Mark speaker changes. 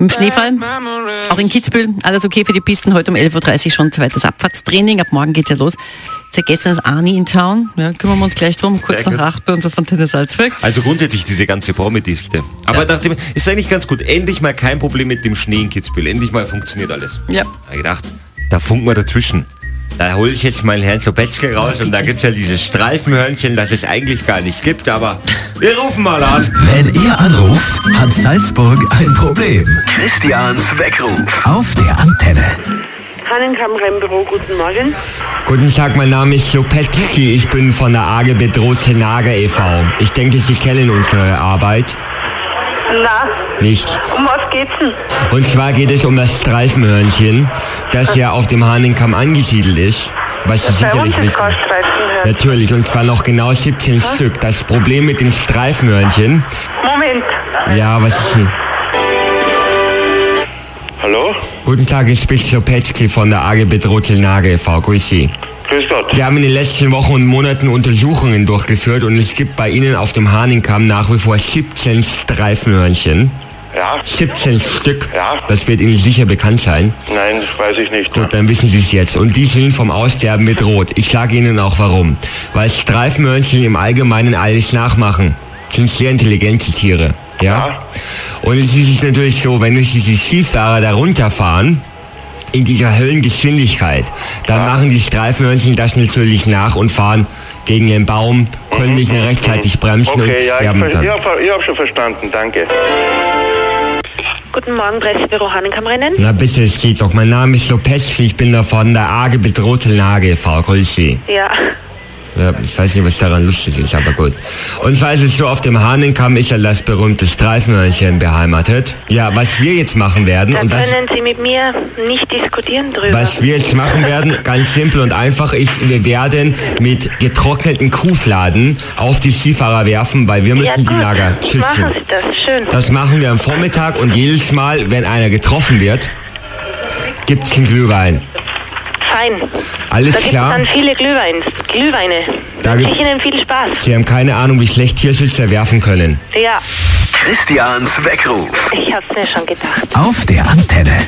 Speaker 1: Im Schneefall, auch in Kitzbühel, alles okay für die Pisten. Heute um 11.30 Uhr schon zweites Abfahrtstraining. Ab morgen geht's ja los. Seit gestern ist Arni in Town. Ja, kümmern wir uns gleich drum. Kurz
Speaker 2: Sehr
Speaker 1: nach
Speaker 2: gut.
Speaker 1: 8 bei unserer Fontäne Salzburg.
Speaker 2: Also grundsätzlich diese ganze Promi-Dichte. Aber nachdem, ist eigentlich ganz gut. Endlich mal kein Problem mit dem Schnee in Kitzbühel. Endlich mal funktioniert alles.
Speaker 1: Ja.
Speaker 2: Da hab ich gedacht, da funken wir dazwischen. Da hole ich jetzt meinen Herrn Schopetschke raus und da gibt's ja dieses Streifenhörnchen, das es eigentlich gar nicht gibt, aber wir rufen mal an.
Speaker 3: Wenn ihr anruft, hat Salzburg ein Problem.
Speaker 4: Christians Weckruf.
Speaker 3: Auf der Antenne.
Speaker 5: Hannenkammrein Büro, guten Morgen.
Speaker 6: Guten Tag, mein Name ist Lopetski. Ich bin von der AG Bedrohte Nager e.V. e Ich denke, Sie kennen unsere Arbeit
Speaker 5: Na,
Speaker 6: nicht.
Speaker 5: um was geht's denn?
Speaker 6: Und zwar geht es um das Streifenhörnchen, das ja auf dem Hahnenkamm angesiedelt ist. Was Sie
Speaker 5: Bei uns
Speaker 6: sicherlich
Speaker 5: ist
Speaker 6: wissen.
Speaker 5: kein Streifen hören.
Speaker 6: Natürlich, und zwar noch genau 17 Stück. Das Problem mit den Streifenhörnchen.
Speaker 5: Moment.
Speaker 6: Ja, was ist denn?
Speaker 7: Hallo?
Speaker 6: Guten Tag, ich spricht Lopetski von der AG Bedrohte Nager e.V. e Grüß Sie.
Speaker 7: Grüß Gott.
Speaker 6: Wir haben in den letzten Wochen und Monaten Untersuchungen durchgeführt und es gibt bei Ihnen auf dem Hahnenkamm nach wie vor 17 Streifenhörnchen.
Speaker 7: Ja?
Speaker 6: 17 Stück.
Speaker 7: Ja.
Speaker 6: Das wird Ihnen sicher bekannt sein.
Speaker 7: Nein, das weiß ich nicht.
Speaker 6: Gut, dann wissen Sie es jetzt. Und die sind vom Aussterben bedroht. Ich sage Ihnen auch warum. Weil Streifenhörnchen im Allgemeinen alles nachmachen. Sind sehr intelligente Tiere. Ja?
Speaker 7: Ja.
Speaker 6: Und es ist natürlich so, wenn durch diese Skifahrer da runterfahren, in dieser Höllengeschwindigkeit, dann machen die Streifenhörnchen das natürlich nach und fahren gegen den Baum, können nicht mehr rechtzeitig bremsen und
Speaker 7: Mhm. Okay, ja, ich,
Speaker 6: sterben
Speaker 7: ver-
Speaker 6: dann.
Speaker 7: ich habe ich hab schon verstanden, danke.
Speaker 5: Guten Morgen, Pressebüro Hannenkammrennen.
Speaker 6: Na bitte, es geht doch. Mein Name ist Lopez, ich bin da von der AG Bedrohte Lage, Frau Grüße.
Speaker 5: Ja.
Speaker 6: Ja, ich weiß nicht, was daran lustig ist, aber gut. Und zwar ist es so, auf dem Hahnenkamm ist ja das berühmte Streifenhörnchen beheimatet. Ja, was wir jetzt machen werden,
Speaker 5: Da
Speaker 6: und das,
Speaker 5: können Sie mit mir nicht diskutieren drüber.
Speaker 6: was wir jetzt machen werden, ganz simpel und einfach, ist, wir werden mit getrockneten Kuhfladen auf die Skifahrer werfen, weil wir
Speaker 5: ja,
Speaker 6: müssen
Speaker 5: gut.
Speaker 6: die Lager schützen.
Speaker 5: Machen Sie das, schön.
Speaker 6: Das machen wir am Vormittag und jedes Mal, wenn einer getroffen wird, gibt's einen Glühwein.
Speaker 5: Fein.
Speaker 6: Alles
Speaker 5: da
Speaker 6: klar.
Speaker 5: Da gibt es dann viele Glühweins, Glühweine.
Speaker 6: Da
Speaker 5: Wünsche
Speaker 6: gibt-
Speaker 5: ich Ihnen viel Spaß.
Speaker 6: Sie haben keine Ahnung, wie schlecht Tierschützer werfen können.
Speaker 5: Ja,
Speaker 4: Christians Weckruf.
Speaker 5: ich hab's mir schon gedacht.
Speaker 3: Auf der Antenne.